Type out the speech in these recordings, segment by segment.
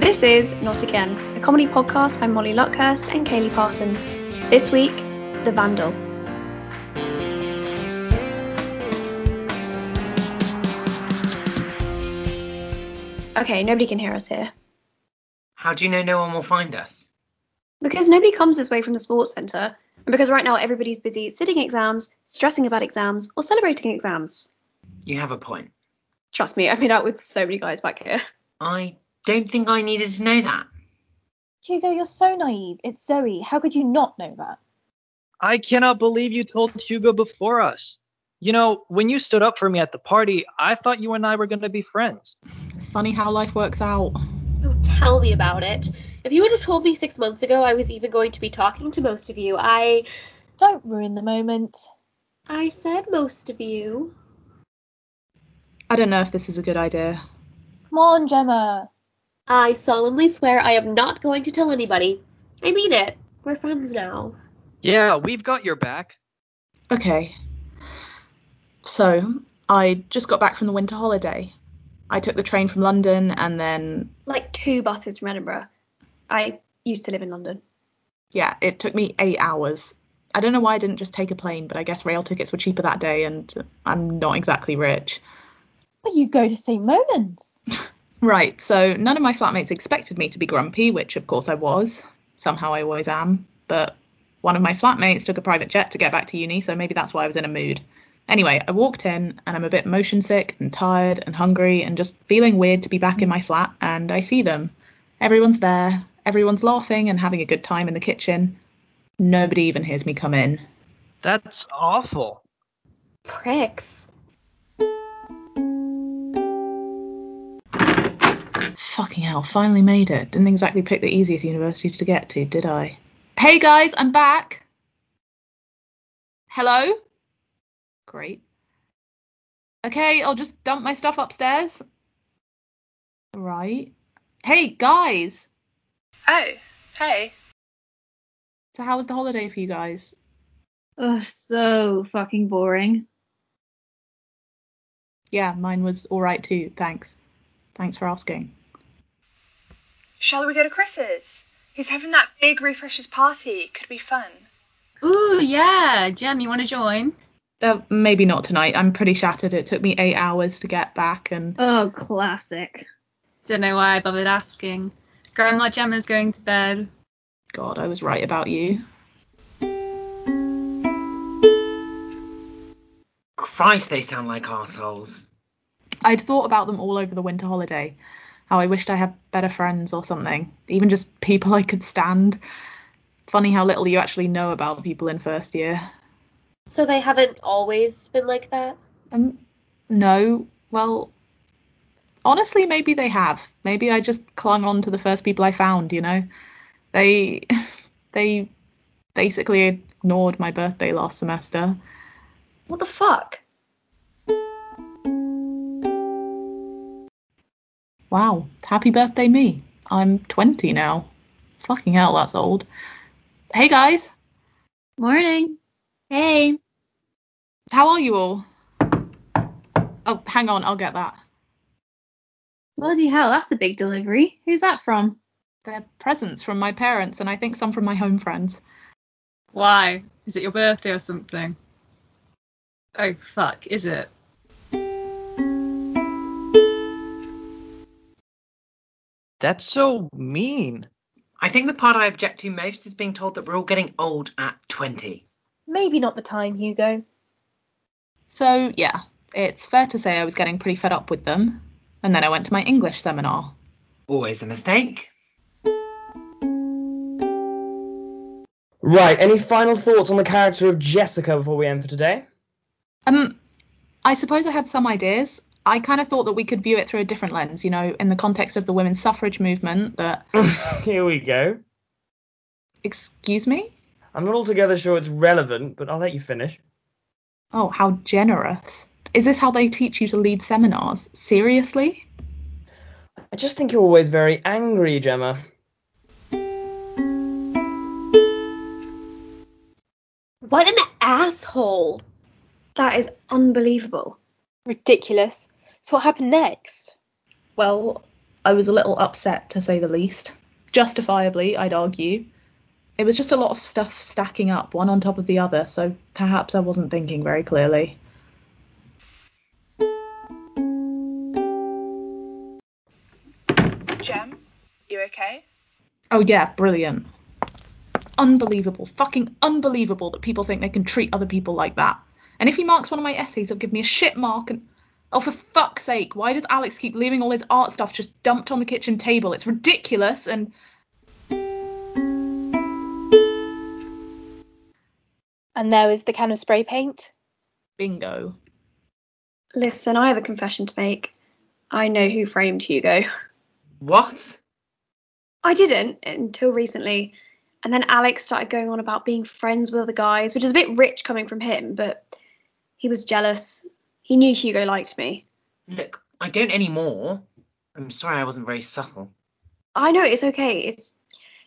This is Not Again, a comedy podcast by Molly Lockhurst and Kaylee Parsons. This week, The Vandal. Okay, nobody can hear us here How do you know no one will find us? because nobody comes this way from the sports centre, and because right now everybody's busy sitting exams, stressing about exams, or celebrating exams. You have a point. Trust me, I've made out with so many guys back here. I don't think I needed to know that. Hugo, you're so naive. It's Zoe. How could you not know that? I cannot believe you told Hugo before us. You know, when you stood up for me at the party, I thought you and I were going to be friends. Funny how life works out. Oh, tell me about it. If you would have told me six months ago I was even going to be talking to most of you, I Don't ruin the moment. I said most of you. I don't know if this is a good idea. Come on, Gemma. I solemnly swear I am not going to tell anybody. I mean it. We're friends now. Yeah, we've got your back. Okay. So, I just got back from the winter holiday. I took the train from London and then, Like two buses from Edinburgh. I used to live in London. yeah, it took me eight hours. I don't know why I didn't just take a plane, but I guess rail tickets were cheaper that day and I'm not exactly rich. But you go to St. Monan's. Right, so none of my flatmates expected me to be grumpy, which of course I was. Somehow I always am. But one of my flatmates took a private jet to get back to uni, so maybe that's why I was in a mood. Anyway, I walked in and I'm a bit motion sick and tired and hungry and just feeling weird to be back in my flat, and I see them. Everyone's there, everyone's laughing and having a good time in the kitchen. Nobody even hears me come in. That's awful. Pricks. Fucking hell, finally made it. Didn't exactly pick the easiest university to get to, did I? Hey guys, I'm back. Hello? Great. Okay, I'll just dump my stuff upstairs. Right. Hey guys! Oh, hey. So, how was the holiday for you guys? Ugh, so fucking boring. Yeah, mine was alright too, thanks. Thanks for asking. Shall we go to Chris's? He's having that big refreshers party. Could be fun. Ooh, yeah. Jem, you want to join? Uh, maybe not tonight. I'm pretty shattered. It took me eight hours to get back and. Oh, classic. Don't know why I bothered asking. Grandma Gemma's going to bed. God, I was right about you. Christ, they sound like assholes. I'd thought about them all over the winter holiday. How I wished I had better friends or something, even just people I could stand. Funny how little you actually know about people in first year. So they haven't always been like that? Um, no, well, honestly, maybe they have. Maybe I just clung on to the first people I found. You know, they, they, basically ignored my birthday last semester. What the fuck? Wow, happy birthday me. I'm 20 now. Fucking hell, that's old. Hey guys, Morning. Hey. How are you all? Oh, hang on, I'll get that. Bloody hell, that's a big delivery. Who's that from? They're presents from my parents and I think some from my home friends. Why? Is it your birthday or something? Oh, fuck, is it? That's so mean. I think the part I object to most is being told that we're all getting old at 20. Maybe not the time, Hugo. So, yeah, it's fair to say I was getting pretty fed up with them. And then I went to my English seminar. Always a mistake. Right, any final thoughts on the character of Jessica before we end for today? Um, I suppose I had some ideas. I kind of thought that we could view it through a different lens, you know, in the context of the women's suffrage movement that. Here we go. Excuse me? I'm not altogether sure it's relevant, but I'll let you finish. Oh, how generous. Is this how they teach you to lead seminars? Seriously? I just think you're always very angry, Gemma. What an asshole. That is unbelievable. Ridiculous. So what happened next? Well, I was a little upset to say the least. Justifiably, I'd argue. It was just a lot of stuff stacking up, one on top of the other, so perhaps I wasn't thinking very clearly. Gem, you okay? Oh, yeah, brilliant. Unbelievable, fucking unbelievable that people think they can treat other people like that. And if he marks one of my essays, he'll give me a shit mark and. Oh, for fuck's sake, why does Alex keep leaving all his art stuff just dumped on the kitchen table? It's ridiculous and. And there is the can of spray paint. Bingo. Listen, I have a confession to make. I know who framed Hugo. What? I didn't until recently. And then Alex started going on about being friends with other guys, which is a bit rich coming from him, but he was jealous. He knew Hugo liked me. Look, I don't anymore. I'm sorry I wasn't very subtle. I know it's okay. It's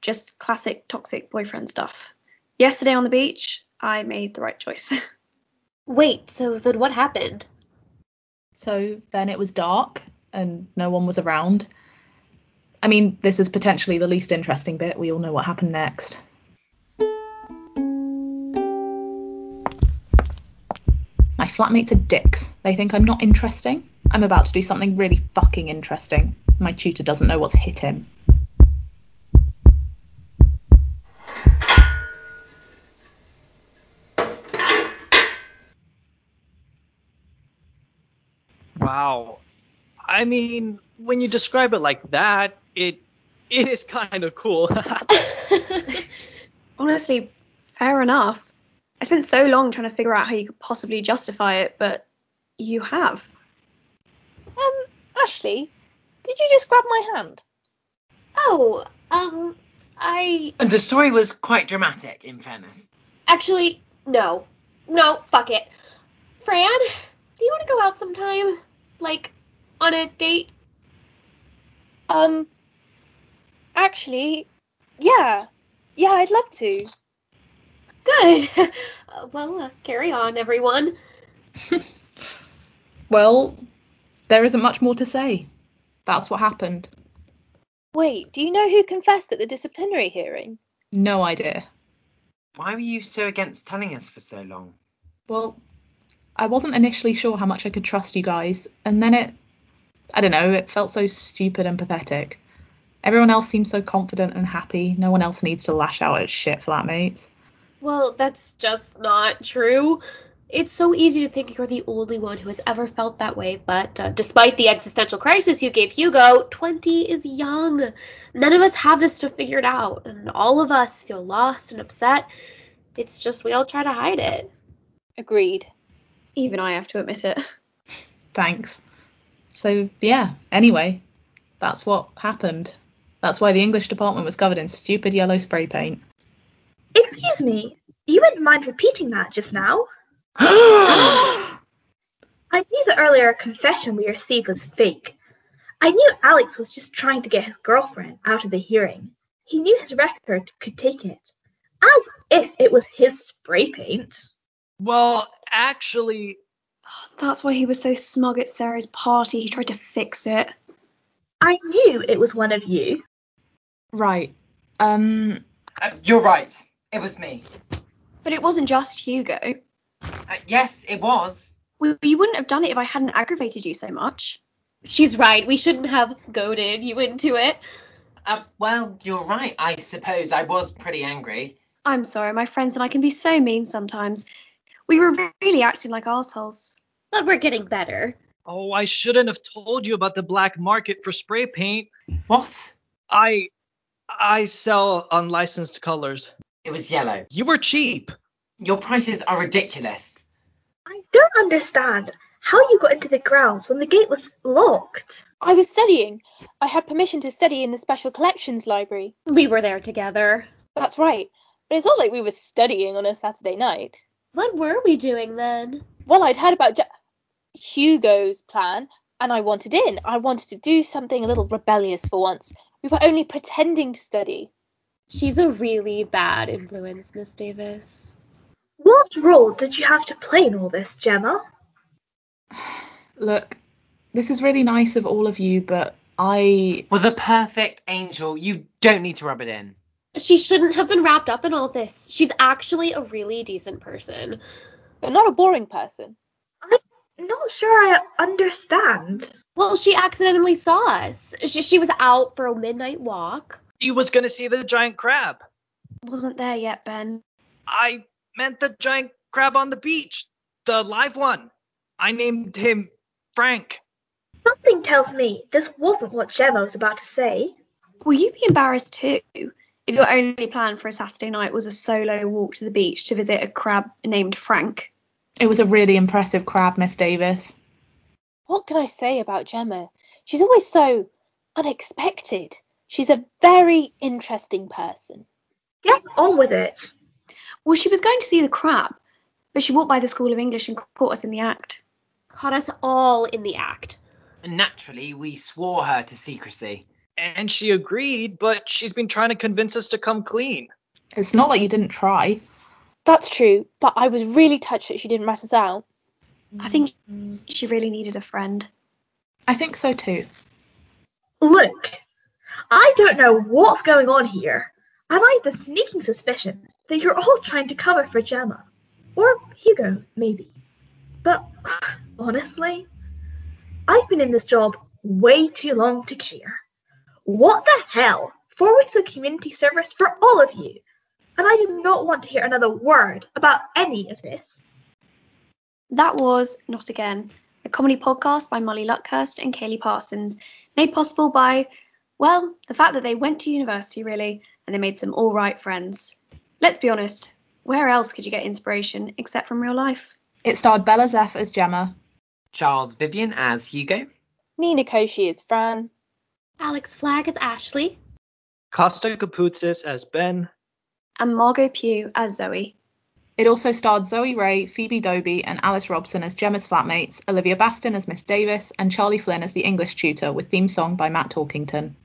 just classic toxic boyfriend stuff. Yesterday on the beach, I made the right choice. Wait, so then what happened? So then it was dark and no one was around. I mean, this is potentially the least interesting bit. We all know what happened next. My flatmates are dicks. They think I'm not interesting. I'm about to do something really fucking interesting. My tutor doesn't know what's hit him. Wow. I mean, when you describe it like that, it it is kind of cool. Honestly, fair enough. I spent so long trying to figure out how you could possibly justify it, but you have. Um, Ashley, did you just grab my hand? Oh, um, I And the story was quite dramatic, in fairness. actually no, no, fuck it. Fran, do you want to go out sometime, like on a date? Um, actually, yeah, yeah, I'd love to. Good. Uh, well, uh, carry on, everyone. Well, there isn't much more to say. That's what happened. Wait, do you know who confessed at the disciplinary hearing? No idea. Why were you so against telling us for so long? Well, I wasn't initially sure how much I could trust you guys, and then it I don't know, it felt so stupid and pathetic. Everyone else seemed so confident and happy. No one else needs to lash out at shit flatmates. Well, that's just not true. It's so easy to think you're the only one who has ever felt that way, but uh, despite the existential crisis you gave Hugo, 20 is young. None of us have this stuff figured out, and all of us feel lost and upset. It's just we all try to hide it. Agreed. Even I have to admit it. Thanks. So, yeah, anyway, that's what happened. That's why the English department was covered in stupid yellow spray paint. Excuse me, you wouldn't mind repeating that just now? I knew the earlier confession we received was fake. I knew Alex was just trying to get his girlfriend out of the hearing. He knew his record could take it. As if it was his spray paint. well, actually, That's why he was so smug at Sarah's party. He tried to fix it. I knew it was one of you. Right. Um, Uh, you're right. It was me. But it wasn't just Hugo. Uh, yes, it was. We, you wouldn't have done it if I hadn't aggravated you so much. She's right. We shouldn't have goaded you into it. Uh, well, you're right. I suppose I was pretty angry. I'm sorry, my friends and I can be so mean sometimes. We were really acting like assholes. But we're getting better. oh, I shouldn't have told you about the black market for spray paint. What? I I sell unlicensed colors. It was yellow. You were cheap. Your prices are ridiculous. I don't understand how you got into the grounds when the gate was locked. I was studying. I had permission to study in the Special Collections Library. We were there together. That's right. But it's not like we were studying on a Saturday night. What were we doing then? Well, I'd heard about Ja- Hugo's plan and I wanted in. I wanted to do something a little rebellious for once. We were only pretending to study. She's a really bad influence, Miss Davis. What role did you have to play in all this, Gemma? look, this is really nice of all of you, but I was a perfect angel. You don't need to rub it in. She shouldn't have been wrapped up in all this. She's actually a really decent person. But not a boring person. Not sure I understand. Well, she accidentally saw us. She, she was out for a midnight walk. She was gonna see the giant crab. Wasn't there yet, Ben. I meant the giant crab on the beach, the live one. I named him Frank. Something tells me this wasn't what Gemma was about to say. Will you be embarrassed too if your only plan for a Saturday night was a solo walk to the beach to visit a crab named Frank? it was a really impressive crab, Miss Davis. What can I say about Gemma? She's always so unexpected. She's a very interesting person. Get on with it. Well, she was going to see the crab, but she walked by the School of English and caught us in the act. Caught us all in the act. And naturally, we swore her to secrecy. And she agreed, but she's been trying to convince us to come clean. It's not like you didn't try. That's true, but I was really touched that she didn't rat us out. I think she really needed a friend. I think so too. Look, I don't know what's going on here. and I have the sneaking suspicion that you're all trying to cover for Gemma. Or Hugo, maybe. But honestly, I've been in this job way too long to care. What the hell? Four weeks of community service for all of you. And I do not want to hear another word about any of this. That was Not Again, a comedy podcast by Molly Luckhurst and Kaylee Parsons, made possible by, well, the fact that they went to university really and they made some all right friends. Let's be honest, where else could you get inspiration except from real life? It starred Bella Zeff as Gemma. Charles Vivian as Hugo. Nina Koshi is Fran. Alex Flagg is Ashley. Costa Kaputsis as Ben. And Margot Pugh as Zoe. It also starred Zoe Ray, Phoebe Dobie, and Alice Robson as Gemma's flatmates, Olivia Baston as Miss Davis, and Charlie Flynn as the English tutor, with theme song by Matt Talkington.